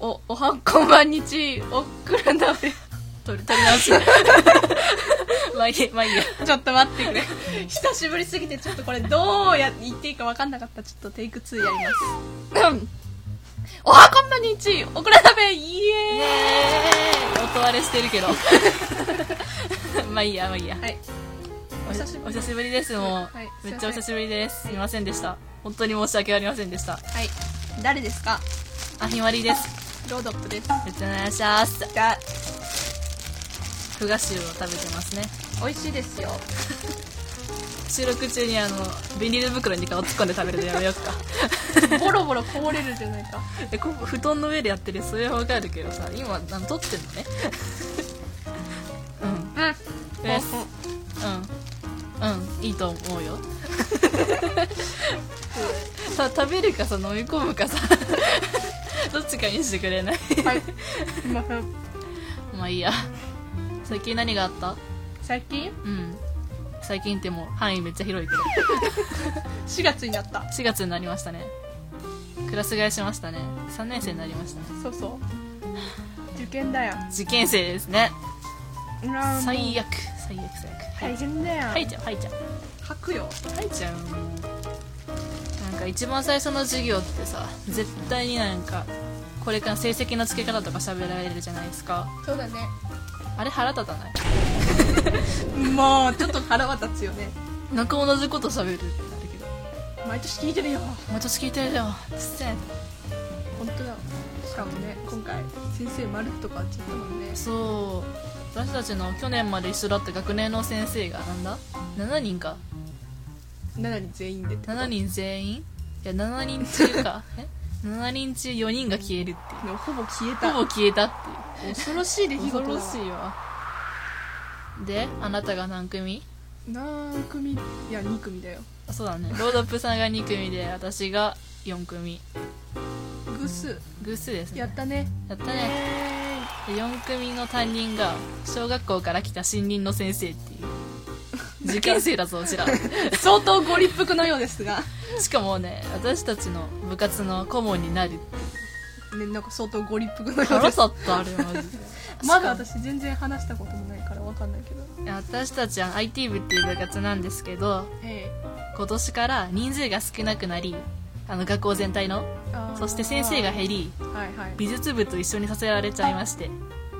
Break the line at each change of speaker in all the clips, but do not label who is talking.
お、おはんこんばんにち、おっくら鍋。取り、取り直 し。まあいいや、まあいいや。ちょっと待ってくれ。久しぶりすぎて、ちょっとこれどうや、言っていいか分かんなかった。ちょっとテイク2やります。おはこんばんにち、おっくら鍋、イ
イ
エ
エーイ音割れしてるけど まあいいやまあいいや
ーイはい。お久しぶり
お久しぶりですもう、
はい
めっちゃお久しぶりです、
はい
すいませんでした本当に申し訳ありませんでした
はい。誰ですか
あひまりです
ロードップです。
めっちゃお願いします
だ、
ふがしゅうを食べてますね
美味しいですよ。
収録中にあのビニール袋に顔突っ込んで食べるのやめよっか
ボロボロこぼれるじゃないか。
えこ布団の上でやってるそれはわかるけどさ今あの撮ってんのね うん
うん。
ですうんうんいいと思う よさ食べるかさ飲み込むかさ どっちかにしてく れない
はい。すいません。
まあいいや最近何があった
最近
うん最近ってもう範囲めっちゃ広いけど
4月になった
4月になりましたねクラス替えしましたね3年生になりましたね
そうそう受験だよ
受験生ですね
うわー
最
も
悪最悪最悪
う大変だよ
はいちゃんはいちゃん
書くよ
はいちゃんなんか一番最初の授業ってさ絶対になんかこれから成績の付け方とか喋られるじゃないですか
そうだね
あれ腹立たない
もうちょっと腹は立つよね
なんか同じこと喋るってなるけど
毎年聞いてるよ
毎年聞いてるようっせえ
本当だしかもね今回先生まるっと変わっちゃったもんね
そう私たちの去年まで一緒だった学年の先生がなんだ7人か
7人全員でってこと
7人全員いや7人中かえ7人中4人が消えるってい
でもほぼ消え
う
た
ほぼ消えたっていう
恐ろしい出来事
恐
だ
ろしいわであなたが何組
何組いや2組だよ
あそうだねロードップさんが2組で私が4組
偶数
偶数ですね
やったね
やった
イ
ね
エ
で4組の担任が小学校から来た新任の先生っていう受験生だぞうち ら
ーイ相当ご立腹のようですが
しかもね私たちの部活の顧問になる
ねなんか相当ご立腹のよう
腹
です
立ったあれマジで
まだ私全然話したこともないからわかんないけど
いや私たちは IT 部っていう部活なんですけど
え
今年から人数が少なくなりあの学校全体の
え
そして先生が減り
はいはい
美術部と一緒にさせられちゃいまして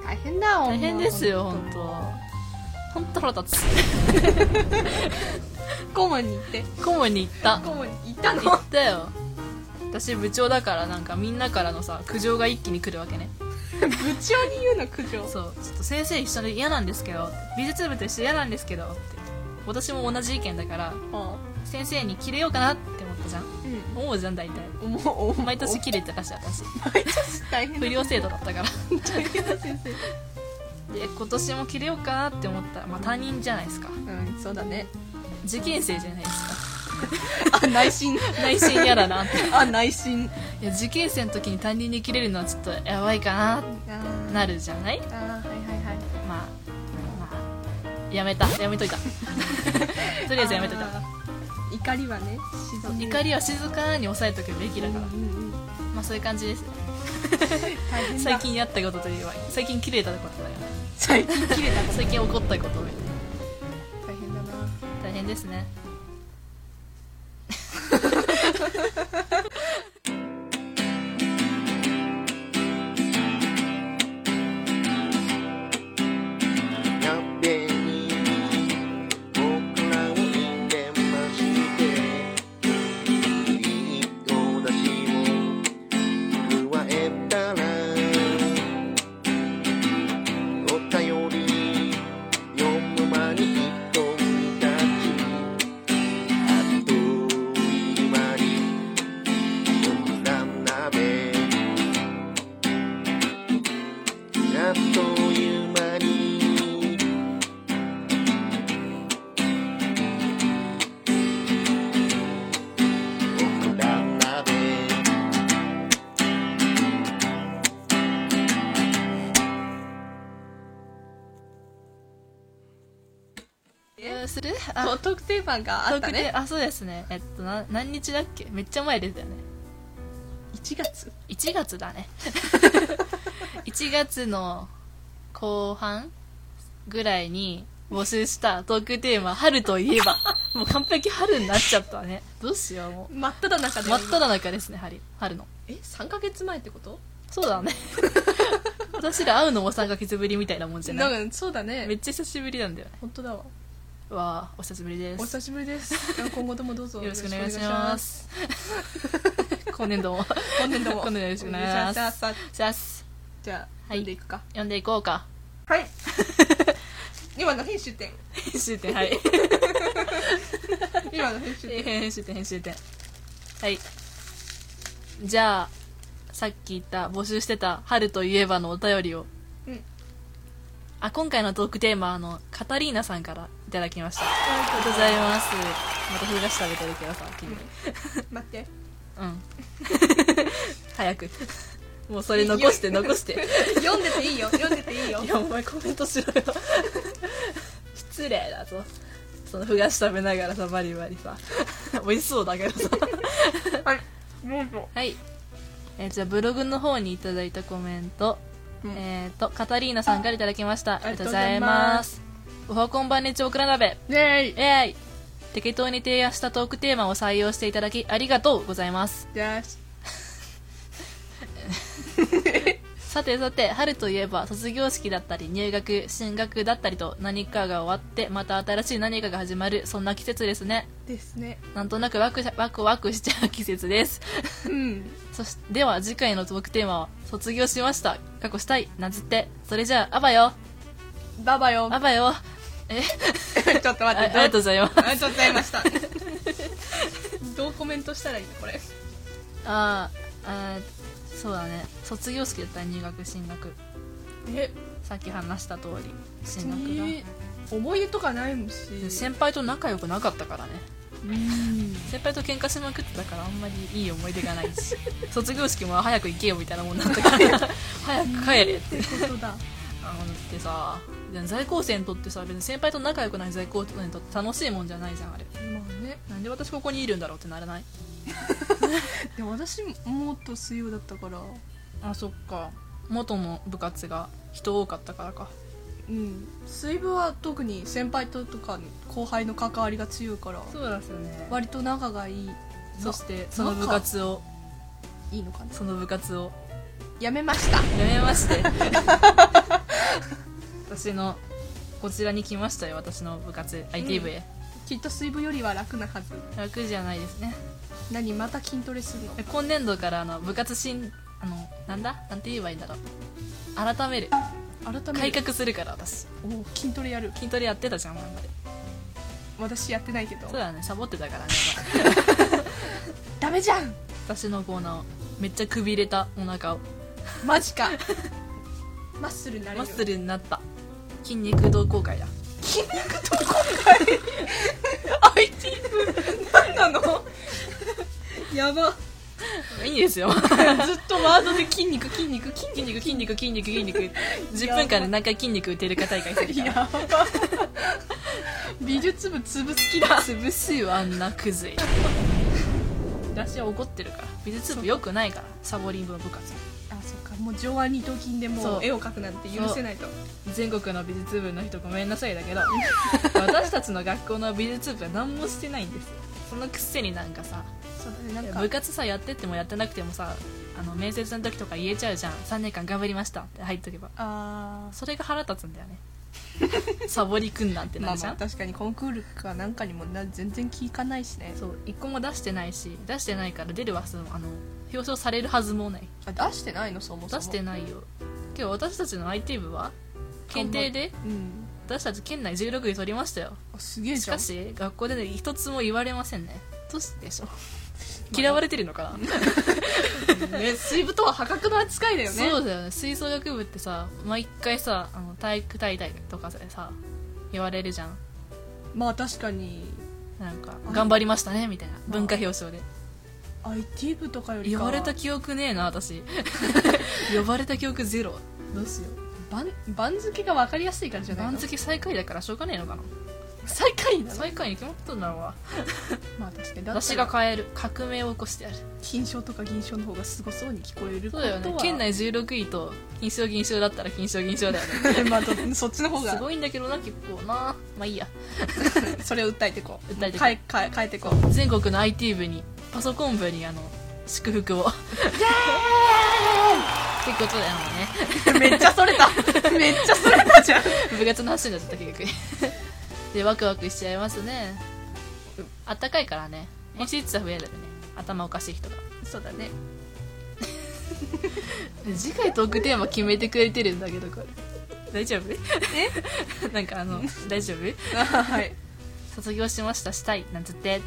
大変だ
大変ですよ本当本当腹立つ
当顧問に行って
顧問に行った
顧問に行ったの
行ったよ私部長だからなんかみんなからのさ苦情が一気に来るわけね
部長に言うの苦情
そうちょっと先生一緒で嫌なんですけど美術部と一緒嫌なんですけどって私も同じ意見だから
あ
先生に切れようかなって思ったじゃん
あ
思うじゃん大体
うんもう
毎年切れてたし私
毎年大変
不
だ
良生徒だったから
大変だ先生
で今年も切れようかなって思ったらまあ他人じゃないですか
うんそうだ ね
受験生じゃないです
あ内心
か内心嫌だなって
あ内心
いや受験生の時に担任に切れるのはちょっとやばいかなっ
あ
て
ー
なるじゃない
あーはいはいはい
まあまあやめたやめ といたとりあえずやめといた
あー怒りはね静める
怒りは静かに抑えとくべきだから、
うんうんうん
まあそういう感じです
大変だ
最近やったことといえば最近切れたことだよね
最近切れたこと
最近怒ったことみたい
大変だな
な大変ですね
鍋に僕らを入れましていいお出汁を加えたらお便り読む間に一人立ちあっという間に僕ら鍋あっという間に僕ら鍋
えーする
と
あ
特定番があった
特定
ね
あそうですねえっとな何日だっけめっちゃ前出たよね
1月
1月 だね1月の後半ぐらいに募集したトークテーマ「春とい えば」もう完璧春になっちゃったねどうしようも
真っ只中
う
で
真っ只中ですね春春の
え3ヶ月前ってこと
そう だね私ら会うのも3ヶ月ぶりみたいなもんじゃない
なんかそうだ
めっ
ね
ちゃ久しぶりなんだよね
本当だわ
わあお久しぶりで
お
す
久しぶりです 今後ともどうぞ
よろしくお願いします 今年度も
今年度も
今年度よろしくお願いします
お願いします
じゃあす
じゃあ
は
読
い
んでいくか
読んでいこうか
はい 今の編集点
編集点はい
今の編集点
編集点編集点はいじゃあさっき言った募集してた「春といえば」のお便りを、
うん
あ今回のトークテーマあのカタリーナさんからいただきましたありがとうございますまたふがし食べてるけどさ君
待って
うん 早くもうそれ残して残して
読んでていいよ読んでていいよ
いやお前コメントしろ よ失礼だぞそのふがし食べながらさバリバリさ 美味しそうだけどさ
はいどうぞ
はい、えーじゃあブログの方にいただいたコメント、
うん
えっ、とカタリーナさんからいただきましたあ
りがとうございます
おはこんばんねちオクラ鍋
イェイ
えーい適当に提案したトークテーマを採用していただきありがとうございます
じゃあ
さてさて春といえば卒業式だったり入学進学だったりと何かが終わってまた新しい何かが始まるそんな季節ですね
ですね
なんとなくワクワクワクしちゃう季節です
うん
そしでは次回のトークテーマは「卒業しました」「過去したい」なんつってそれじゃああばよ
ババよ
あばよあ
ちょっと
あ
待
り
ってど
がとうご
う
ざいます
あちょっとやりました どうコメントしたらいいのこれ
あーあーそうだね卒業式だったら入学進学
え
さっき話した通り進学
に思い出とかないもんし
だ先輩と仲良くなかったからね
うん
先輩と喧嘩しまくってたからあんまりいい思い出がないし 卒業式も早く行けよみたいなもんだったから 早く帰れって
ことだ
あのだってさ在校生にとってさ別に先輩と仲良くない在校生にとって楽しいもんじゃないじゃんあれ
まあね
なんで私ここにいるんだろうってならない
でも私もっと水曜だったから
あそっか元の部活が人多かったからか
うん水分は特に先輩ととか後輩の関わりが強いから
そうですよね
割と仲がいい
そしてその部活を
いいのかな
その部活を
やめました
やめまして 私のこちらに来ましたよ私の部活 IT 部へ、
きっと水分よりは楽なはず
楽じゃないですね
何また筋トレするの
で今年度からあの部活しんあのなんだなんて言えばいいんだろう改める
改めて
改革するから私
お筋トレやる
筋トレやってたじゃん前まで
私やってないけど
そうだねサボってたからね
ダメじゃん
私のコーナーをめっちゃくびれたお腹を
マジか マッスルになれる
マッスルになった筋肉同好会だ
筋肉と今 回 IT 部何なの やば
いいんですよ
ずっとワードで筋肉筋肉筋
筋肉筋肉筋肉筋肉10分間で何回筋肉打てるか大会するか ら
やば美術部潰す気だ
潰すよあんなクズい私は怒ってるから美術部よくないからサボリン部の部活
あそっかもう上腕二頭筋でも
そう
う絵を描くなんて許せないと
全国の美術部の人ごめんなさいだけど 私たちの学校の美術部は何もしてないんですよそのくせになんかさ
そうだねなん
部活さやってってもやってなくてもさあの面接の時とか言えちゃうじゃん3年間頑張りましたって入っとけば
あ
それが腹立つんだよ ねサボりくんなんて
ー
な
まあ
るじゃ
ま
ん、
あ確かにコンクールかなんかにもな全然聞かないしね
そう一個も出してないし出してないから出るはずもあの表彰されるはずもない
あ出してないのそもそも
出してないよ今日私たちの IT 部は検定で
うん
私たち県内16位取りましたよ
あすげえ
し
じゃ
か
ん
し学校でね一つも言われませんねどうしてでしょう 嫌われてるのかな
ね水部とは破格の扱いだよね
そうだよね吹奏楽部ってさ毎回さあの体育大会とかでさ言われるじゃん
まあ確かに
なんか「
あ
頑張りましたね」みたいな文化表彰で
IT 部とかより
言
か
われた記憶ねえな 私呼ばれた記憶ゼロ
どうしよう番番付が分かりやすいからじゃないの
番付最下位だからしょうがねえのかな
最下位なの
最下位に決まったんだろうわ
まあ確かにだったら
私が変える革命を起こしてやる
金賞とか銀賞の方がすごそうに聞こえる
そうだよね
ことは
県内16位と金賞銀賞だったら金賞銀賞だよ ね
まあどそっちの方
す
が
ごいんだけどな結構なまあいいや
それを訴えてこう
訴えてこう
変え変え変えてこう
全国の IT 部にパソコン部にあの祝福をイ エーイってことだよね
めっちゃそれためっちゃそれたじゃん
部活の話になっちゃった結局 でワクワクしちゃいますねあったかいからねもしいつは増えるよね頭おかしい人が
そうだね
で次回トークテーマ決めてくれてるんだけどこれ大丈夫え なんかあの大丈夫
はい
卒業しましたしたいなんつって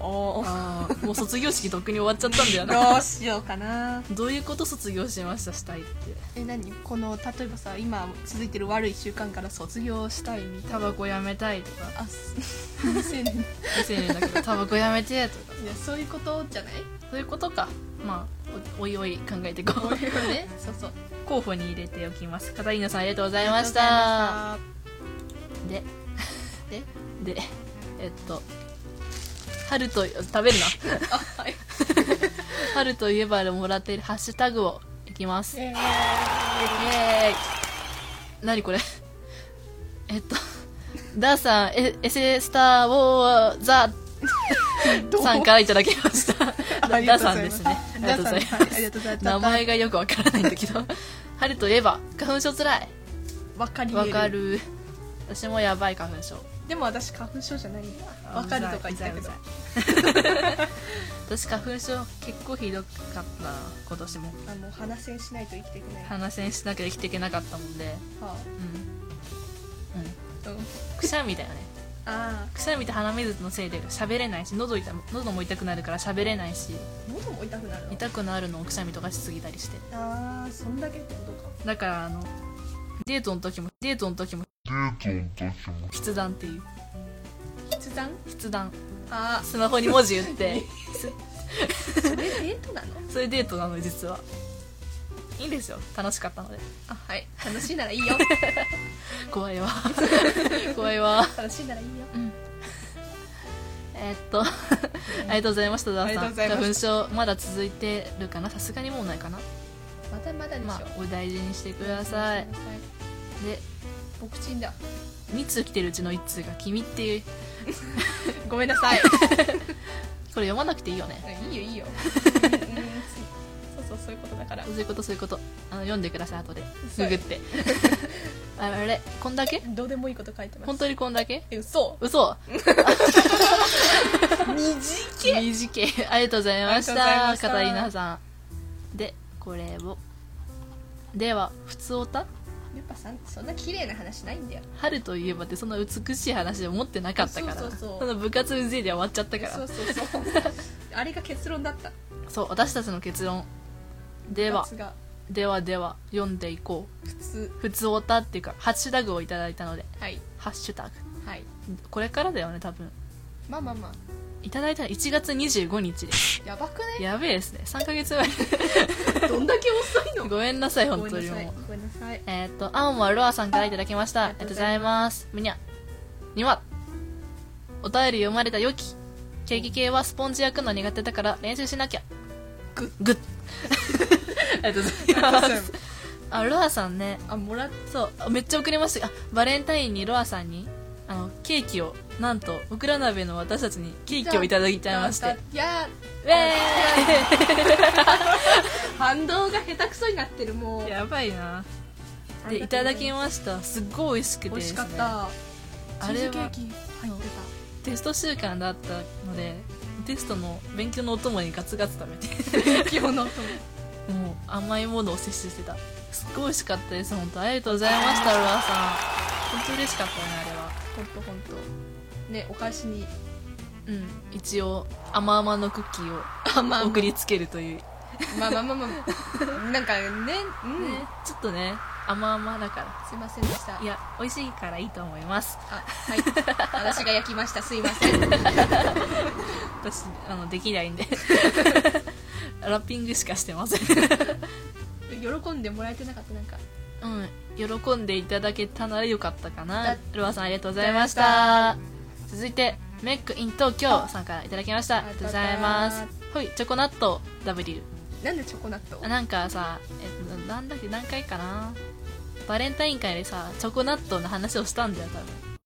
おー
ああもう卒業式とっくに終わっちゃったんだよな
どうしようかな
どういうこと卒業しましたしたいって
え何この例えばさ今続いてる悪い習慣から卒業したいみたい
タバコやめたいとか
なあす未成年
未成年だけどタバコやめてとか
いやそういうことじゃない
そういうことかまあおおいおい考えていこう
ねそうそう
候補に入れておきます片稲さんありがとうござ
あ
いましたで
で
でえっと春と食べるな
あ はい
春といえばでもらっているハッシュタグをいきますイエ
え
ーイ何これ えっとダーさんエエセスターウォーザ
ーどう
さんからいただきました
ありがとうご
ダーさん
ざい
で
ます
すねありがとうございま
ダーさんはいありがとうございます
す名前がよくわからないんだけど春といえば花粉症つらい
わかりえ
わかる私もやばい花粉症
でも私花粉症じゃないんだわかるとか言ったけど
うざい私花粉症結構ひどかったな今年も
あの鼻栓しないと生きていけない、
鼻栓しなきゃ生きていけなかったもんで
は
うん、うん、
あうん
くしゃみだよね
あ
くしゃみと鼻水のせいで喋れないし喉痛む喉も痛くなるから喋れないし
ー喉も痛くなるの
痛くなるのをくしゃみとかしすぎたりして
ああそんだけってことか
だからあのデートの時もデートの時も筆談っていう
筆談
筆談
あ
スマホに文字打って
あそれデートなの
それデートなのよ実はいいんですよ楽しかったので
あはい楽しいならいいよ
怖いわ 怖いわ
楽しいならいいよ
えーっと ありがとうございましたダー
あ
さ
りがとう
ん花
ござい
粉
ま
症まだ続いてるかなさすがにもうないかな
まだまだでしょ、
まあお大事にしてくださいで
僕チンだ
3通来てるうちの1通が「君」っていう
ごめんなさい
これ読まなくていいよね
いいよいいよ そうそうそういうことだから
そういうことそういうことあの読んでください後で
そう
ググって ああれこんだけ
どうでもいいこと書いてま
本
す
当にこんだけ
え 嘘
嘘
短い
短いありがとうございまし
あ
た
りがとうご
片
ざいました
稲さんでこれをでは普通おた
やっぱさんそんな綺麗な話ないんだよ
春といえばってそんな美しい話を持ってなかったから
そうそうそう
の部活うぜえで終わっちゃったから
そうそうそうあれが結論だった
そう私たちの結論では
夏が
ではでは読んでいこう
普通
普通おたっていうかハッシュタグをいただいたので
はい
ハッシュタグ
はい
これからだよね多分
まあまあまあ
いただいたの1月25日です
やばくね
やべえですね3ヶ月前
どんだけ遅いの
ごめんなさい本当に
ごめんなさい
も
うごめんなさい
えっ、と青もロアさんからいただきましたあ
あ
り
り
が
がとう
とう
ご
ござ
ざ
い
い
ますむにゃにはお便り読まれた良きケーキ系はスポンジ焼くの苦手だから練習しなきゃ
グッ
グッありがとうございますあロアさんね
あもらっ
そうめっちゃ遅れましたあバレンタインにロアさんにあのケーキをなんとオクラ鍋の私たちにケーキをいただいちゃいまして
なんかいや
ウェ
ー反動が下手くそになってるもう
ーイやばいな
あり
でい
がとうご
た
ざ
だき
ます
ましたすっごい美味しくて
美
で
味し
す
か
ね
った
あれは
チーズケーキ入って
テスト週間だったのでテストの勉強のお供にガツガツ食べて
た今日の音も
もう甘いものを摂取してたすっごい美味しかったです本当ありがとうございましたロアさん本当嬉しかったねあれは
本当本当ねお返しに
うん一応甘々のクッキーを
あま
送りつけるという
まあまあまあまあなんかねうん、
ねちょっとね甘々だか
すいませんでした
らいや美味しいからいいと思います
あはい私が焼きましたすいませ ん
私あのできない んでラッピングしかしてません
喜んでもらえてなかったなんか
うん、喜んでいただけたならよかったか
だ
なロアさんありがとうございました続いてメックイン東京さんからいただきましたあ
あ
り
りがとう
がとう
ご
ござ
ざ
い
い
ま
ますす
はいチョコナット W
なんでチョコナット
あなんかさ、えっと、なんだっけ何回かなバレンタイン会でさチョコナットの話をしたんだよ多分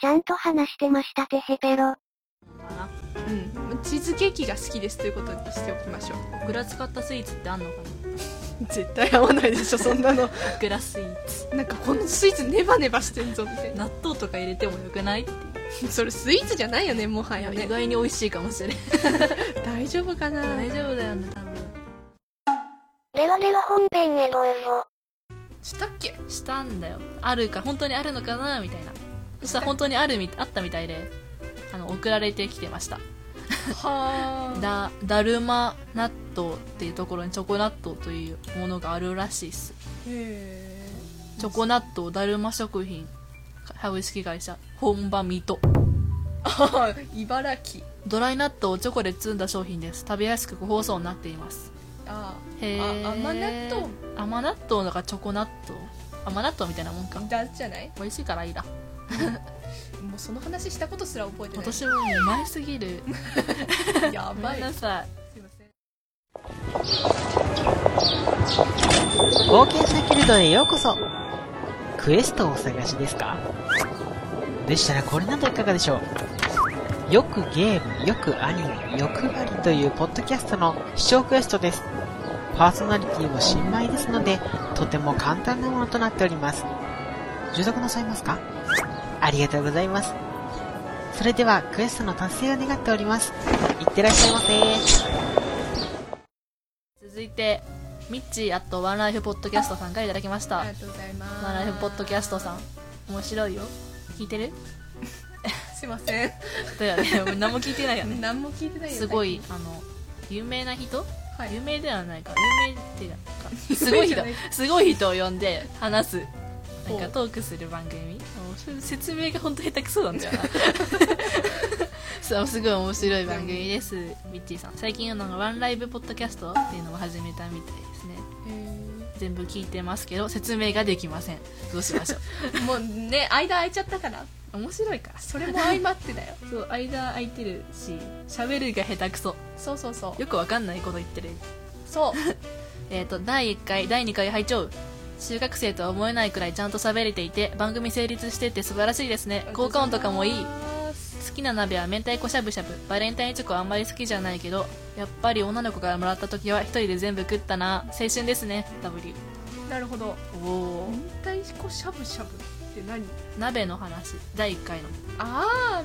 ちゃんと話してましたてへペロ。
うんチーズケーキが好きですということにしておきましょう
グラ使ったスイーツってあんのか
絶対合わないでしょそんなの
なグラスイーツ
なんかこのスイーツネバネバしてんぞみたいな
納豆とか入れてもよくない
それスイーツじゃないよねもはいや
や
ね
意外に美味しいかもしれない
大丈夫かな
大丈夫だよね多分
レワレワ本編へご応募。
したっけ
したんだよあるか本当にあるのかなみたいなそしたら本当にあるみあったみたいであの送られてきてました
はあ
だだるま納豆っていうところにチョコ納豆というものがあるらしいっす
へ
チョコ納豆だるま食品株式会社本場水戸
え茨城
ドライ納豆をチョコで包んだ商品です食べやすく個包装になっています
あ
へえ
あ甘納豆
甘納豆だからチョコ納豆甘納豆みたいなもんか
あだじゃない
美味しいからいいだ
もうその話したことすら覚えてない
私もう前すぎる
や
ご
ば
め
い
んなさい
すいません
冒険者キルドへようこそクエストをお探しですかでしたらこれなどいかがでしょうよくゲーム、よくアニメ、欲張りというポッドキャストの視聴クエストです。パーソナリティも新米ですので、とても簡単なものとなっております。受読なさいますかありがとうございます。それではクエストの達成を願っております。いってらっしゃいませ
続いてミッチーあとワンライフポッドキャストさんからいただきました
あ
ワ
りがとうございます
ンライフポッドキャストさん面白いよ聞いてる
すいません
だよね 俺何も聞いてないよね
何も聞いてないよ
すごい
最
あの有名な
近
人
はい
有名ではないか有名っていうかすごい人
有名じゃ
すごい人を呼んで話すなん
ほ
か
う
トークする番組それ説明が本当下手くそな んだよなそうすごい面白い番組ですミッチーさん最近のワンライブポッドキャストっていうのを始めたみたいですね
へ
全部聞いてますけど説明ができませんどうしましょ
ーもうね間空いちゃったから
う面白いから
それも相まってだよ
そう間空いてるし喋るが下手くそ
そうそうそう
よくわかんないこと言ってる
そう
えっ、と第1回第2回拝聴中学生とは思えないくらいちゃんと喋れていて番組成立してて素晴らしいですね効果音とかもいい好きな鍋は明太子しゃぶしゃぶバレンタインチョコはあんまり好きじゃないけどやっぱり女の子からもらった時は一人で全部食ったな青春ですね W
なるほど
おお
明太子しゃぶしゃぶって何
鍋の話第1回の
ああ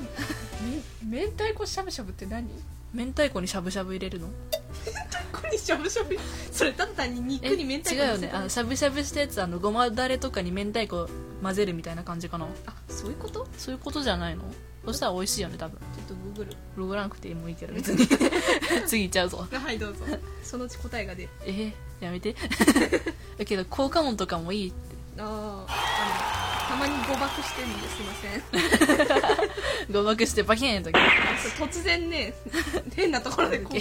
明太子しゃぶしゃぶって何
明太子にしゃぶしゃぶ入れるの
これしゃぶしゃぶそれただ単に肉
え
に明太子
違うよねあのしゃぶしゃぶしたやつあのごまだれとかに明太子混ぜるみたいな感じかな
あそういうこと
そういうことじゃないのそしたら美味しいよね多分
ちょっとググる
ログランクてもいいけど別に 次いっちゃうぞ
はいどうぞ そのうち答えが出る
えーやめて だけど効果音とかもいい
あああのたまに誤爆してるんですいません
誤爆してバキーンとか
そう突然 ね変なところでこう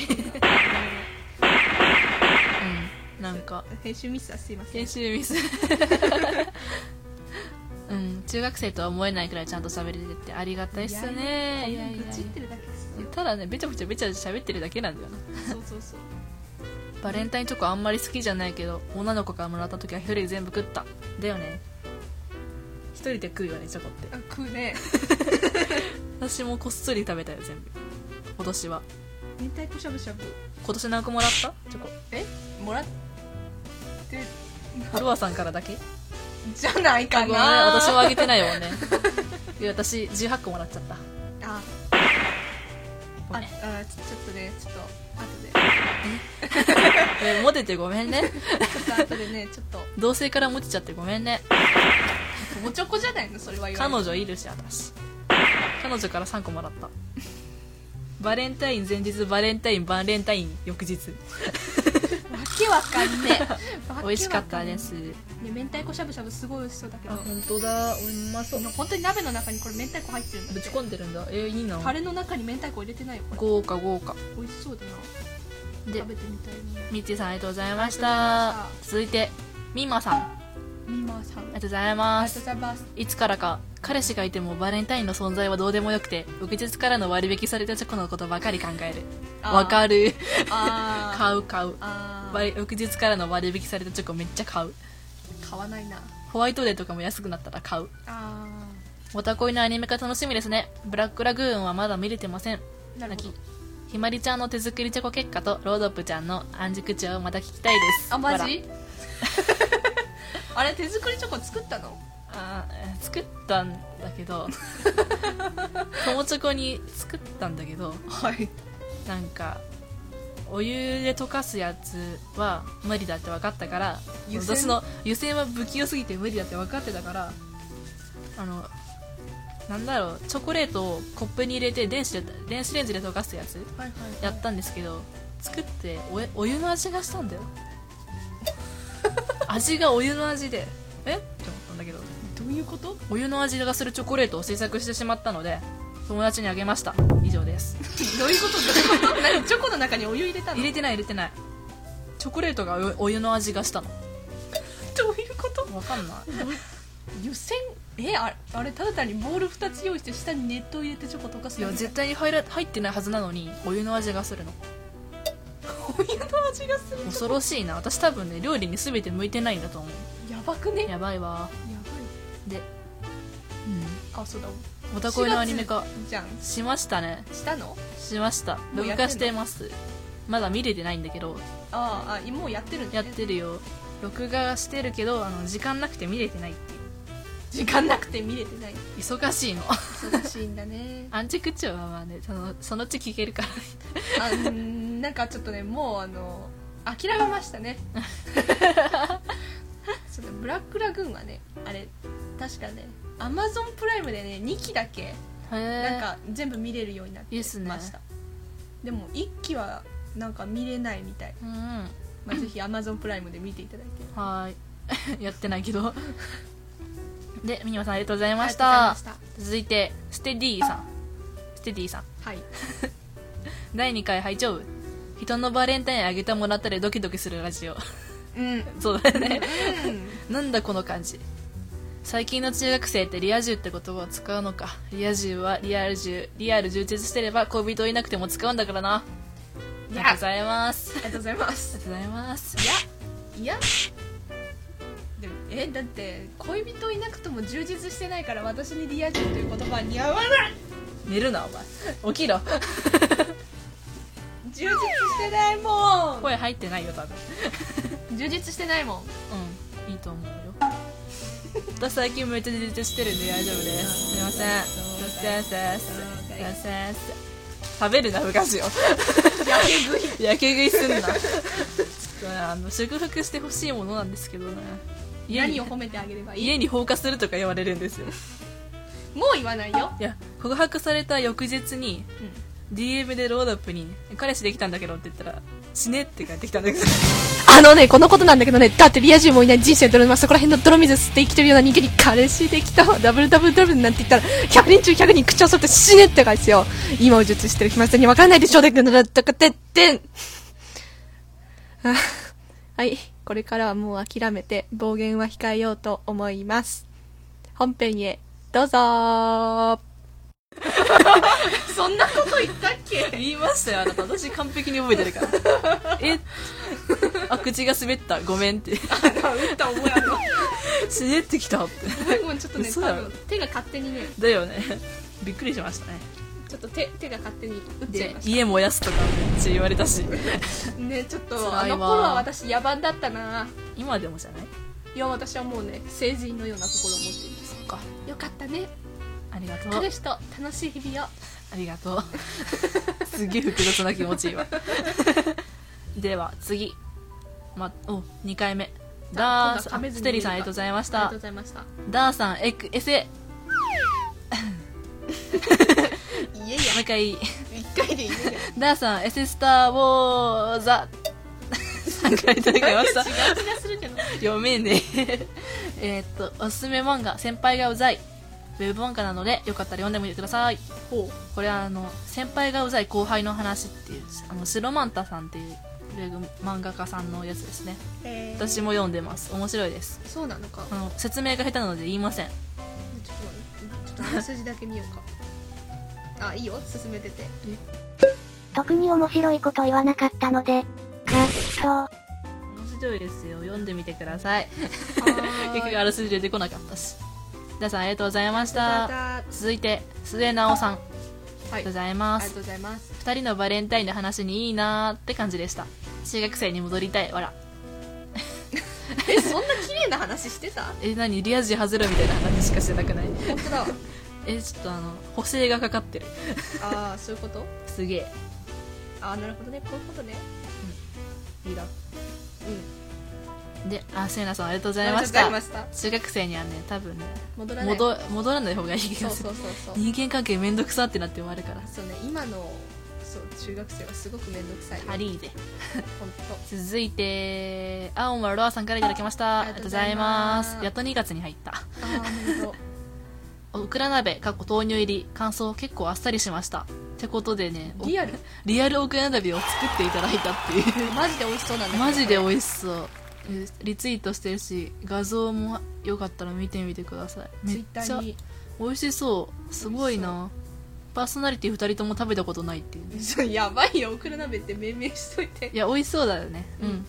うんなんか
編集ミスはすいません
研修ミス うん中学生とは思えないくらいちゃんと喋れててありがたいっすね
い
い
や
やいやい
愚
や
痴ってるだけですよ
ただねべちゃべちゃべちゃ喋ってるだけなんだよな
そうそうそう
バレンタインチョコあんまり好きじゃないけど女の子からもらった時は一人で全部食っただよね一人で食うよねチョコって
あ食うね
私もこっそり食べたよ全部今年は
明太子しゃぶしゃぶ
今年何個もらったチョコ
えもらって
ロアさんからだけ
じゃないか
ごめんね
な
私もあげてないもんねいや私18個もらっちゃった
あ
ご
ああ
めん
ちょちょっとねちょっと後で
えモテてごめん
ち
ね
ょっと後でねちょっと
同性からモテちゃってごめんね
おちょこじゃないのそれは言われ
彼女いるし私彼女から3個もらったバレンタイン前日バレンタインバレンタイン翌日
わけわかん ねえ
美味しかったです
ね明太子しゃぶしゃぶすごい美味しそうだけど
当だうまそ
本当に鍋の中にこれ明太子入ってるんだ
ぶち込んでるんだえー、いいな
タレの中に明太子入れてないよこ
豪華豪華
れ美味しそうだな
で
食べてみたいな
みっちーさんありがとうございま
ありがとう
し
ござ
た
いま
続いてみーまさん
みまさん
りがとうござい
あ
ま
りがとうご
す
ざいます
いつからか彼氏がいてもバレンタインの存在はどうでもよくて翌日からの割引されたチョコのことばかり考える
あー
わかる
あ ー
買う買う
あ
割
ー
翌日からの割引されたチョコめっちゃ買う
買わないな
ホワイトデーとかも安くなったら買う
あ
モタコイのアニメ化楽しみですねブラックラグーンはまだ見れてません
ーなるほど
泣きひまりちゃんの手作りチョコ結果とロードップちゃんの暗熟知をまた聞きたいです
あマ
わら
ジ あれ手作りチョコ作ったの
あーえー作ったんだけ ど友チョコに作ったんだけど
はい
なんかお湯で溶かすやつは無理だって分かったから
湯煎
私の湯煎は不器用すぎて無理だって分かってたからあのなんだろうチョコレートをコップに入れて電子で電子レンジで溶かすやつ
はいはい
やったんですけど作っておえお湯の味がしたんだよ 味がお湯の味でえって思ったんだけど
どういうこと
お湯の味がするチョコレートを制作してしまったので友達にあげました以上です
どういうこと どういうこと何チョコの中にお湯入れたの
入れてない入れてないチョコレートがおお湯の味がしたの
どういうこと
わかんない
湯煎えああれただ単にボール2つ用意して下に熱湯入れてチョコ溶かす
いや
だけ
絶対に入ら入ってないはずなのにお湯の味がするの
お湯の味がする
恐ろしいな私多分ね料理に全て向いてないんだと思う
やばくねや
やばい
ば
わで
いあそうだ
うんおたこいのアニメ化
4月じゃん
しましたね
したの
しました
もうや
録
ってんの
画してますまだ見れてないんだけど
あーあもうやってるんだ
やっ
ね
てるよ録画してるけどあの時間なくて見れてないっていう
時間なくて見れてない
忙しいの
忙しいんだね
アンチクチョはまあねそのそのうち聞けるから
あうんなんかちょっとねもうあの諦めました ねそうだブラックラグーンはねあれ確かねアマゾンプライムでね2期だけ なんか全部見れるようになって
いいっすね
ました、でも1期はなんか見れないみたい、
うんうん
まあ、ぜひ Amazon プライムで見ていただいて
はーい やってないけどでミニマさんありがとうございまし
あ
た
りがとうござい
続いてステディさんステディさん
ましたはい
第2回拝聴人のバレンタインあげてもらったりドキドキするラジオ
うん
そうだ よね
うん
なんだこの感じ最近の中学生ってリア充って言葉を使うのかリア充はリアル充リアル充実してれば恋人いなくても使うんだからなありがとうございます
ありがとうございます
ありがとうございます
いやいやでもえだって恋人いなくとも充実してないから私にリア充という言葉は似合わない
寝るなお前起きろ
充実してないも
声入ってないよ多分
ん充実してないもん
うんいいと思うよ私最近めっちゃ充実してるんで大丈夫ですすいません
そう
すい
だ
ま
い
せんす
そうだ
い
い
ません食べるな昔を
やけ食い
やけ食いすんなちょっとねあの祝福してほしいものなんですけどね家に
何を褒めてあげればいい
家に放火するとか言われるんですよ
もう言わないよ、
いや告白された翌日に
うん、
DM でロードップに「彼氏できたんだけど」って言ったら「死ね」って返ってきたんだけど
あのね、このことなんだけどね、だってリア充もいない人生泥沼、そこら辺の泥水吸って生きてるような人間に彼氏できたわ、ダブルダブルダブルなんて言ったら、100人中100人口を沿って死ねって返すよ。今を術してる暇さにわからないでしょうで、だだだかてってん。あはい、これからはもう諦めて暴言は控えようと思います。本編へ、どうぞー。
そんなこと言ったっけ
言いましたよあなた私完璧に覚えてるから えあ口が滑ったごめん って
打った覚えあるわ
死ねってきたって
ごめんごめんちょっとね
嘘
多
だろ
分手が勝手にね
だよねびっくりしましたね
ちょっと手手が勝手に打っちゃい
で
まし
家燃やすとかめっちゃ言われたした
ねちょっ
辛い
と
わ
あの頃は私野蛮だったな
今でもじゃない
いや私はもうね成人のような心を持っています
そっか
よかったね
ありがとう
彼氏と楽しい日々を
ありがとうすげえ複雑な気持ちいいわ では次まお2回目
じゃあ今
ダー
度は
さん
噛めず
ス
に
テリーさんありがとうございまし
ありが
た
とうございました
ダーさんエクエセ
いやい
もう一回
や一回でいいね
ダーさん、エセスター・ウォーザ参加いただきました。
違う気がするけど
読めねえ。えーっと、おすすめ漫画、先輩がうざい。ウェブ漫画なので、よかったら読んでみてください。これは、あの、先輩がうざい後輩の話っていう、あの、白マンタさんっていうれが漫画家さんのやつですね
えー、
私も読んでます面白いです
そうなのか
あの説明が下手なので言いません
ちょっとちょっとあらすじだけ見よ うかあいいよ進めてて
特に面白いこと言わなかったので、か、そう、
面白いですよ読んでみてください結局あ
あ
らすじ出てこなかったし皆さんありがとうございまし
ま
た
た
続いて末直さんあ
はいう
りがとご
あ
ざいま
りが
す
とうございます
2人のバレンタインの話にいいなーって感じでした中学生に戻りたいわら
えそんな綺麗な話してた
え何リア充外れみたいな話しかしてなくない
本当だわ
えちょっとあの補正がかかってる
ああそういうこと
すげえ
ああなるほどねこういうことね
いいだ
うん
であせいなさんありがとうござい
あ
ま
りがとうご
し
ざ
た
いました
中学生にはね多分ね
戻らない
戻戻らない方がいい気
そ
が
う
す
そ
る
うそうそう
人間関係めんどくさってなって終わるから
そうね今のそう中学生はすごく面倒くさいよ
ありーで
本当
続いて青丸ロアさんからいただきまし
あ
たあ
りが
りが
とうご
とうご
ざ
ざ
い
い
ま
ますすやっと2月に入った
ああ面倒
オクラ鍋かっこ豆乳入り感想結構あっさりしましたってことでねお
リアル
リアルオクラ鍋を作っていただいたっていう
マジで美味しそうなんだけど
マジで美味しそうえリツイートしてるし画像もよかったら見てみてくださいめ
ツ
っ
イッタ
ち
ー
ゃ
に
美味しそうすごいなパーソナリティ2人とも食べたことないっていうね
そうやばいよオクラ鍋って命名しといて
いや美味しそうだよねうん、
うん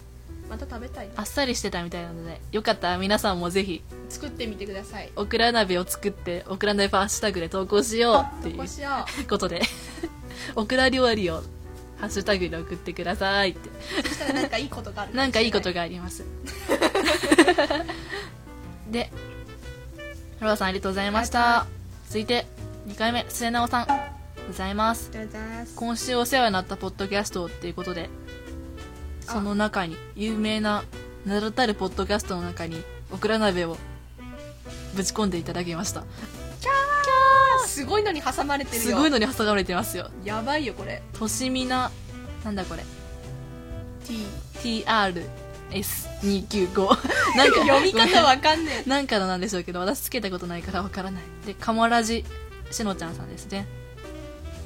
また食べたいな
あっさりしてたみたいなのでよかったら皆さんもぜひ
作ってみてください
オクラ鍋を作ってオクラ鍋ハッシュタグで投稿しようってい
こ
う
しよ
ことで オクラ料理をハッシュタグで送ってくださいって
うそしたらなんかいいことがある
なんかいいことがあり ますでロアさんありがとうございました続いて2回目末直さんありがとうございます
ありがとうございます
今週お世話になったポッドキャストっていうことで
あ
その中に有名な名だたるポッドキャストの中にオクラ鍋をぶち込んでいただきました
すごいのに挟まれてるよ
すごいのに挟まれてますよ
やばいよこれ
としみななんだこれ TRS295 なんか
読み
ごめん
方わかんね
なんかのなんでしょうけど私つけたことないからわからないでカモラジしのちゃんさんですね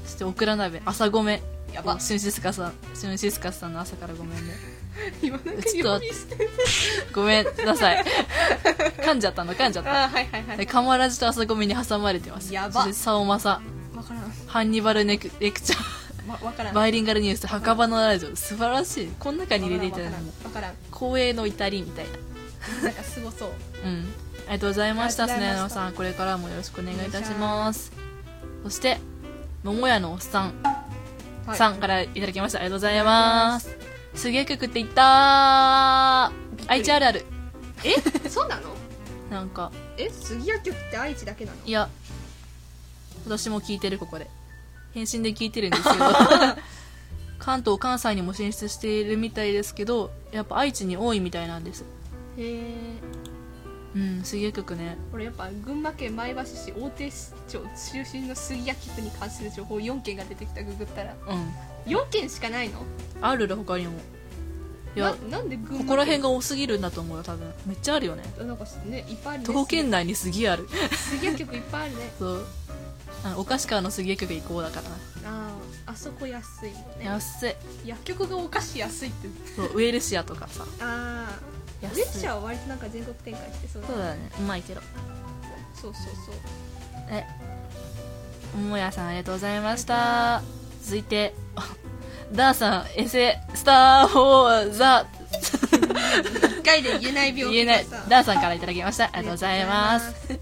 そしてオクラ鍋朝ごめ
えやば
シュンシスカさんシュンシスカさんの朝からごめんね
今なんか
ちょっと
読みして
ごめんなさい 噛んじゃったの噛んじゃった
あーはいはいは
で
い
カモラジと朝ごめに挟まれてます
やば
そしてサオマサ
わからん
ハンニバルネクレクチャー
わわからん
バイリンガルニュース墓場のラジオ素晴らしいこの中に入れていただいたの
わからんわ
光栄の至りみたいな
からんなんかすごそう
うんありがとうございまし
あ
た
りがとうござ
スネ
いまし
ノ
た
さんこれからもよろしくお願いいたしますそして桃屋のおっさん、
はい
さんからいただきましたありがとうございますすげえ曲って言った
びっくり
ー愛知あるある
えそうなの
なんか
え杉谷局って愛知だけなの
いや私も聞いてるここで返信で聞いてるんですけ ど関東関西にも進出しているみたいですけどやっぱ愛知に多いみたいなんです
へえ
うんすげえ曲ね
これやっぱ群馬県前橋市大手市町中心の杉谷局に関する情報4件が出てきたググったら
うん
4件しかないの
あるら他にもいや
ななんで群馬
ここら辺が多すぎるんだと思うよ多分めっちゃあるよね
がなんかねいっぱいあるね
徒歩圏内にすげえある
杉谷局いっぱいあるね
そうあのお菓子からのすげえ曲行こうだからな
あああそこ安いもんね
安い
薬局がお菓子安いって
そうウェルシアとかさ
ああ
安い
レッシャーは割となんか全国展開してそうだ
そうだねうまいけど
そうそうそう
えもやさんありがとうございました続いて ダーさんエセスター・フォー・ザ
1回で言えない病
言え
気
な
が
い
さ
ダーさんからいただきましたありがとうござい
あ
ま
り
す
が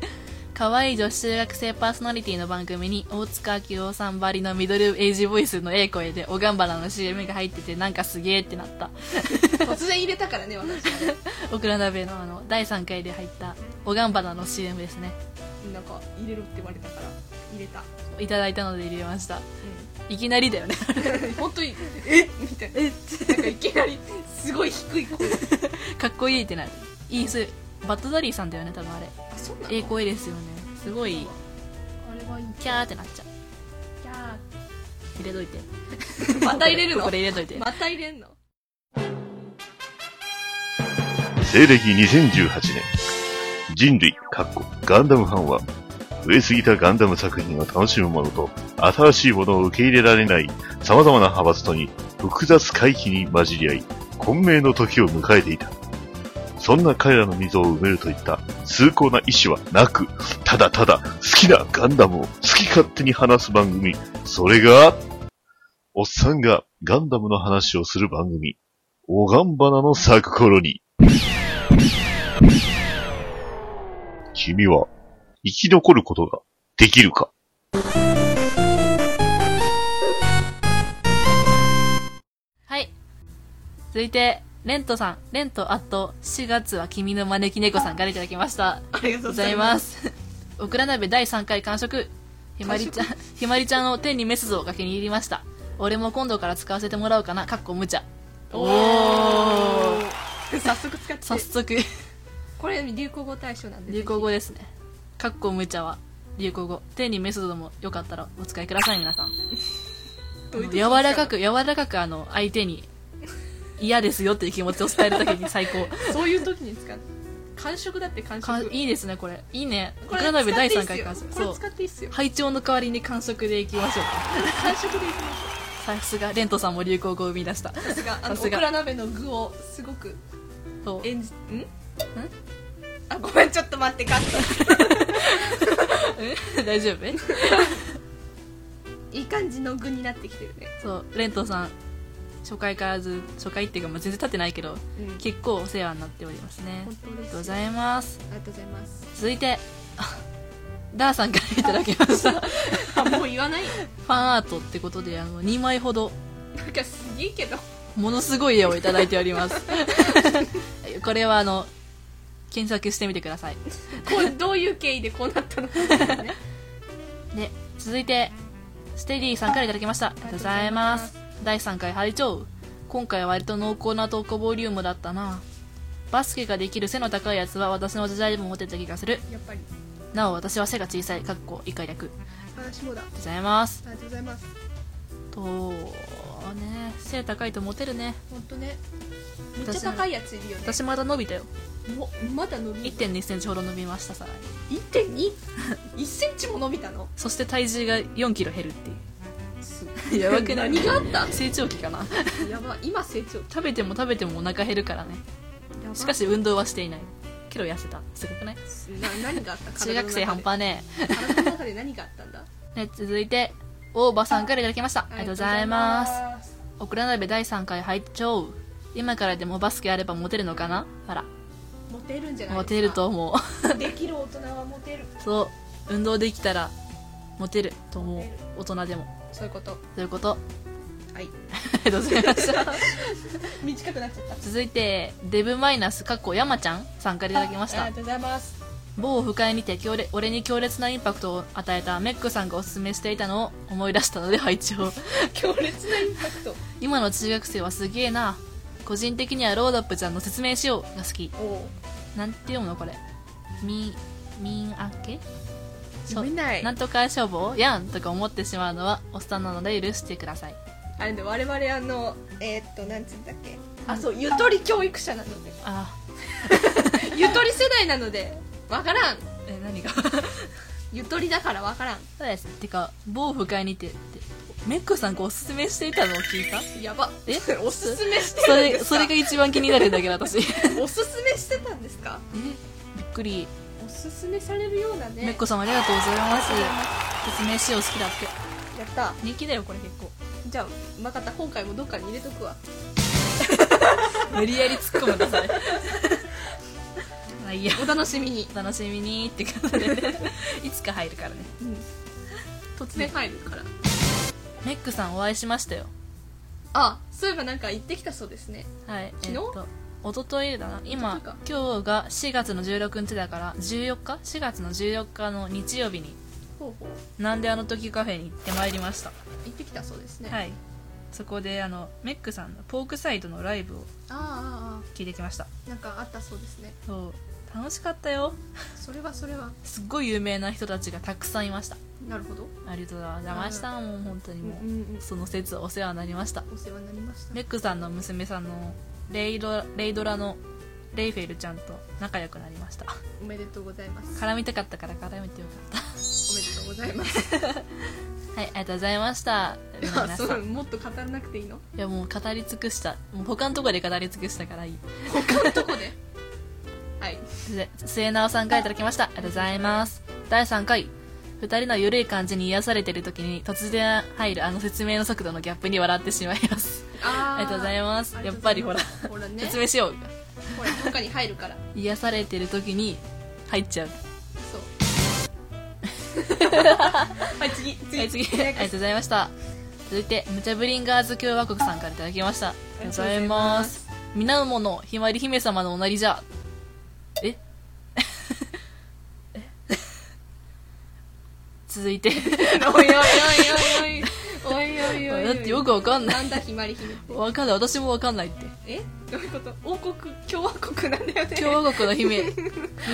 可愛い女子中学生パーソナリティの番組に大塚明夫さんばりのミドルエイジボイスのええ声でおがんばらの CM が入っててなんかすげえってなった
突然入れたからね私はね
オクラ鍋のあの第3回で入ったおがんばらの CM ですね
なんか入れろって言われたから入れた
いただいたので入れましたいきなりだよね
う ん 本当に「えみたいななんかいきなりすごい低い声
かっこいいってなるいいそれバッドダリーさんだよね多分あれ
あそんなの
ええ声ですよねすごい
あれはいい
キャーってなっちゃう
キャ
入れといて
ーまた入れるの
これ入れといて、
また入れんの
西暦2018年、人類、かっこガンダムファンは、増えすぎたガンダム作品を楽しむものと、新しいものを受け入れられない様々な派閥とに複雑回帰に混じり合い、混迷の時を迎えていた。そんな彼らの溝を埋めるといった崇高な意志はなく、ただただ好きなガンダムを好き勝手に話す番組、それが、おっさんがガンダムの話をする番組、おがんばなの咲く頃に。君は生き残ることができるか
はい。続いて、レントさん。レントあと4月は君の招き猫さんからいただきました。
ありがとう
ご
ご
ざ
ざ
い
い
ま
ます。
す。オクラ鍋第3回完食。ひまりちゃん、ひまりちゃんを手にメス像を崖に入りました。俺も今度から使わせてもらおうかな。かっこ無茶。
お
お
ー早速使っ
早
て
速、
これ流行語大賞なんで
流行語ですね。かっこ無茶は流行語。手にメス像もよかったらお使いください、皆さん。
どういう時
柔らかく、柔らかくあの、相手に嫌ですよっていう気持ちを伝えるときに最高。
そういう時に使う感触だって感
か
触
いいですねこれいいね
こ
岡
れ
田鍋第3
使っていい
回
っ
完
すよ
食
こ
そ
れ
う
使っていいっすよ
拝聴の代わりに完食でいきましょう
感触でいきましょ
さすがレントさんも流行語を生み出した
うさすがあの
さすが
オクラ鍋の具をすごく
そう
演じんんあごめんちょっと待ってカット
え 大丈夫
いい感じの具になってきてるね
そうレントさん初回からず初回っていうかもう全然経ってないけど
うん
結構お世話になっておりますね
本当
あり
で
が
すよ
とうございます
ありがとうございます
続いて あダーさんからいただきま したフ
あもう言わないよ
ァンアートってことであの2枚ほど
なんかすげえ けど
ものすごい絵をいただいております これはあの検索してみてください
こうどういう経緯でこうなったのかね
で続いてステディさんからいただきましたありがとうございます第3回拝聴今回は割と濃厚な投稿ボリュームだったなバスケができる背の高いやつは私の時代でもモテた気がする
やっぱり
なお私は背が小さいかっこ以下略ありがと
私もだあ
うございます
りがとうございます
とね背高いとモテるね
本当ねめっちゃ高いやついるよね
私まだ伸びたよ
もまだ伸び
1 2センチほど伸びましたさらに
1.21センチも伸びたの
そして体重が4キロ減るっていう
す
やばくない
何があった
成長期かな
やば今成長
食べても食べてもお腹減るからねしかし運動はしていないけど痩せたすごくない
な何があった
中学生半端ね
体の中で体の中で何があったんだ
え、ね、続いて大場さんからいただきましたありがとうございます
す
オクラ鍋第3回拝聴今からでもバスケあればモテるのかなあら
モテるんじゃない
モテると思う
できる大人はモテる
そう運動できたらモテると思う大人でも
そういうこと
ということ
はい
ありがとうございました
短くなっちゃった
続いてデブマイナスかっこ山ちゃんさんからいただきまし
あり
た
がとうございます
某不快にて強烈俺に強烈なインパクトを与えたメックさんがおすすめしていたのを思い出したので拝聴
強烈なインパクト
今の中学生はすげえな個人的にはロードアップちゃんの説明しようが好き
おお
なんて読むのこれみみんあけしょ
読めない
なんとか消防やんとか思ってしまうのはおっさんなので許してください
あれで我々あのえーっとなんつうんだっけあそうゆとり教育者な ので
あ
ゆとり世代なのでわからん
え何が
ゆとりだからわからん
そうですてか某不快にてってメックさんがおすすめしていたのを聞いた
やば
え
おすすめして
そ
るんで
れ
すか
それが一番気になるんだけど私え
おすすめしてたんですか
びっくり
おすすめされるようなね
めっこさんありがとうございます
ありがとう
説明しよう好きだって
やった
人気だよこれ結構
じゃあ分かった今回もどっかに入れとくわ
無理やり突っ込むなさい まあいいや
お楽しみに、
お楽しみにってことで いつか入るからね
突然入るから
メックさんお会いしましたよ
あそういえばなんか行ってきたそうですね
はい
昨日
えっと一昨日だな今
一昨
今日が4月の16日だから14日4月の14日の日曜日に
ほうほう
なんであの時カフェに行ってまいりました
行ってきたそうですね、
はいそこであのメックさんのポークサイドのライブを
あああ
聞いてきました
あなんかあったそうですね
そう楽しかったよ
それはそれは
すっごい有名な人たちがたくさんいました
なるほど
ありがとうございましたもう本当に
うん
も
うんうん
うその説はお世話になりました
お世話になりました
メックさんの娘さんのレイドレイドラのレイフェルちゃんと仲良くなりました
おめでとうございます
絡みたかったから絡めてよかっ
おめでとうござい ございます。
はい、ありがとうございました。皆
あ
さ
そ
ん
うもっと語らなくていいの
いや、もう語り尽くした。もう他のところで語り尽くしたからいい。
どこではい。
す末直さんからいただきました。ありがとうございます。第3回。二人の緩い感じに癒されてる時に突然入るあの説明の速度のギャップに笑ってしまいます。
あ
ありがとうございます。やっぱりほら、
ほらね
説明しよう。
ほら中に入るから
癒されてる時に入っちゃう。
そうはい次次
はい、次。ありがとうございました。続いて、ムチャブリンガーズ共和国さんからいただきました。ありがとうございます。皆うもの、ひまり姫様のおなりじゃ。え え続いて、
おいおいおいおいおいおいおいおいおい
だってよくわかんな。
ないんだひまり姫って
わかんない。私もわかんないって。
えどういうこと王国共和国なんだよね
共和国の姫、ム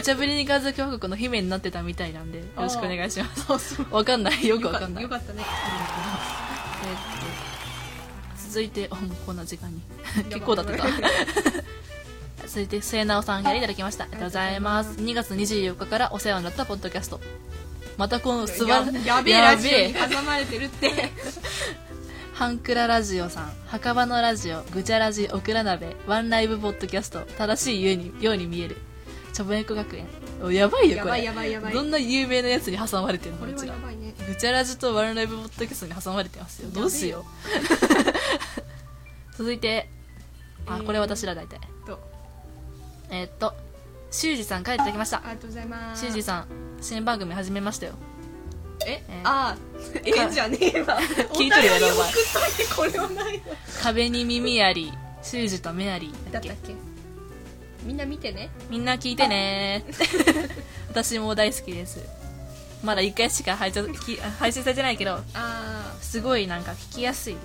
チャブリンガーズ共和国の姫になってたみたいなんで、よろしくお願いします。わかんない。よく
よ
わ
か
か
った
んない
よ。かったね
えっと続いてあもうこんな時間に結構だってた 続いて末直さんからいただきましたありがとうございます2月24日からお世話になったポッドキャストまたこの素晴ら
ややべえラジオに挟まれてる って
ハンクララジオさん墓場のラジオぐちゃラジオクラ鍋ワンライブポッドキャスト正しいようにように見えるちょぼやこ学園おやばいよ
や
こ
ばい
れ
やばいやばい
どんな有名なやつに挟まれてる
こ
の
れ
う
は
ちら
やばいね
ぐちゃらじとワンライブポッドキャストに挟まれてますよどう しよう続いてあ
えー
これ私ら大体
と
えーっと修二さんからいただきました
ありがとうございます
修二さん新番組始めましたよ
え
えー
あーえーじゃねえ わ
聞いとるやろ
お互い送っといてこれはないわ
壁に耳あり修二と目あり
だ
だ
っ
った
っ
け
けみんな見てね
みんな聞いて ねー私も大好きですまだ1回しか配信聞き配信されてないけど
あ
すごいなんか聞きやすいよ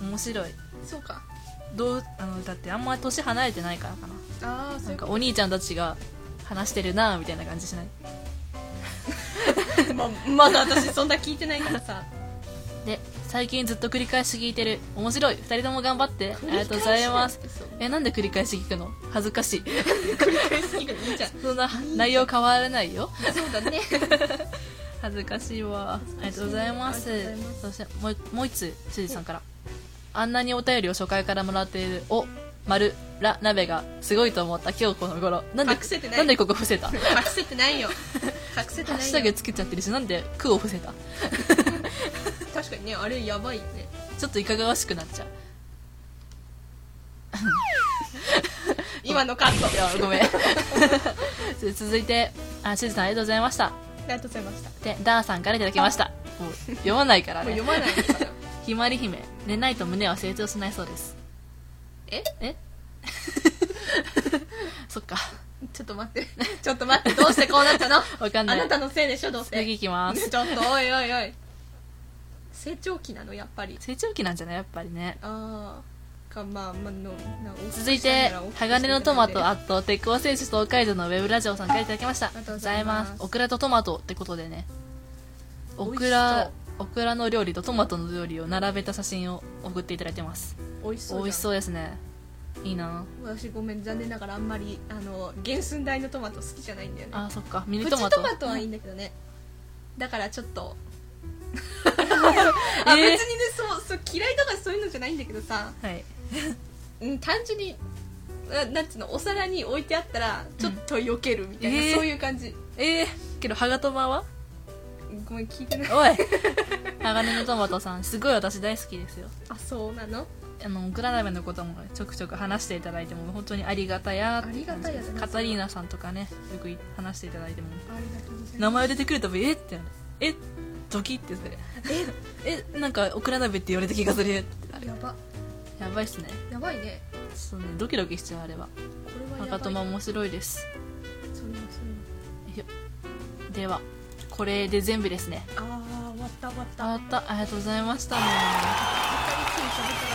うん面白い
あそうか
どうあのだってあんま年離れてないからかな
ああそ
な
うんか
かお兄ちゃんたちが話してるなぁみたいな感じしない
ままだ私そんな聞いてないからさ
で最近ずっと繰り返し聞いてる面白い2人とも頑張ってありがとうございます
そう
えなんで繰り返し聞くの恥ずか しい
繰り返し聞くのいいじゃん
そんな 内容変わらないよ
そうだね
恥ずかしいわありがとうございます
ありがとうござい
そしてもうもう一つ主人さんからあんなにお便りを初回からもらっているお丸ら鍋がすごいと思った今日この頃なんで
隠せてない
なんでここ伏せた
隠せて ないよ隠せて
ハッ
ない
シュタグ
よ
つけちゃってるしなんで「く」を伏せた
確かにねあれやばいよね
ちょっといかがわしくなっちゃう
今のカット
いやごめん で続いてあしずさんありがとうございました
ありがとうございましたも
でダーさんからいただきましたもう読まないから
う
ね
読まないのかな
ひまり姫寝ないと胸は成長しないそうです
え
えそっか
ちょっと待ってちょっと待ってどうしてこうなったの
わかん
あ
ない
なたのせいでしょどうせ
次いきま
ね
す
ちょっとおいおいおい成長期なのやっぱり
成長期なんじゃないやっぱりね
ああかまあまあのな
続いて鋼のトマトアット鉄鋼選手東海道のウェブラジオさんからいただきましたあり
がとうございます
オクラとトマトってことでねオク
美味し
ラオクラの料理とトマトの料理を並べた写真を送っていただいてます
美味しそう
美味し
う
そうですねいいな
私ごめん残念ながらあんまりあの原寸大のトマト好きじゃないんだよね
あそっかミ
プチ
ニト
ト
マ
マ
ト
トはいいんだけどねだからちょっ と
え
あ
ー
別にねそうそう嫌いとかそういうのじゃないんだけどさ、
はい
うん、単純にななんつうのお皿に置いてあったらちょっと避けるみたいな、
うんえー
そういう感じ
ええけどハガトマは
ごめん聞いてない
おい鋼のトマトさんすごい私大好きですよ
あそうなの
あのグラナベのこともちょくちょく話していただいても本当にありがたやって感じ
ありがたやだね
カタリーナさんとかねよく話していただいても
ありがとうござい
名前出てくるたびえってなるえドキってするええなんかオクラ鍋って言われた気がするってなる
やば
やばいっすね
やばいね
そうねドキドキしちゃうあれは
これはやばい
赤トマ面白いです
そうなのそうなの
ではこれで全部ですね
ああ終わった終わった
あったありがとうございましたね
二人きり喋ったら結構長くなってしまいました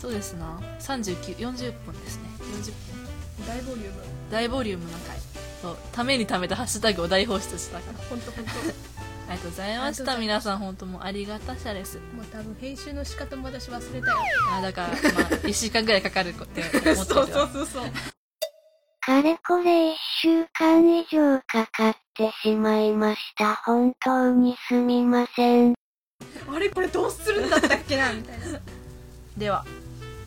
そうですな3940本ですね40本
ね大ボリューム
大ボリュームな回そうためにためたハッシュタグを大放出したから
本当本
ありがとうございま
あり
し
が
た
とうござい
皆さん本当もうありがたしゃです
当もう多分編集の仕方も私忘れたよ
あだから、まあ、1週間ぐらいかかるって思ってるよ
そうそう
かれこれ一週間以上かかってしまいました。本当にすみません。
あれこれどうするんだったっけなみたいな
では、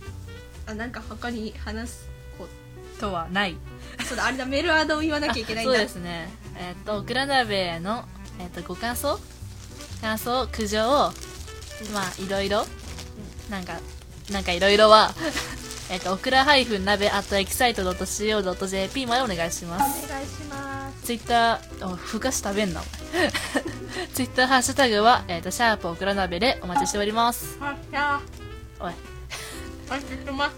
あなんか他に話す
とはない。
そうだあれだメールアドを言わなきゃいけないん
そう
だ
ですねえっ、とグラナベの、えっとご感想感想苦情をまあいろいろなんかなんかいろいろは えっとオクラハイフン鍋アットエキサイト .co.jp までお願いします
お願いします
ツイッターおふかし食べんな ツイッターハッシュタグは、えっとシャープオクラ鍋でお待ちしております
あいや
おい
ーあちょっと待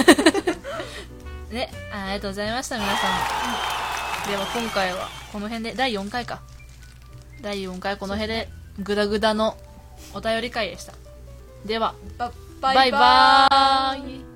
って
ねあありがとうございました皆さんでは今回はこの辺で第4回か第4回この辺でグダグダのお便り会でしたでは
バ
バイバーイ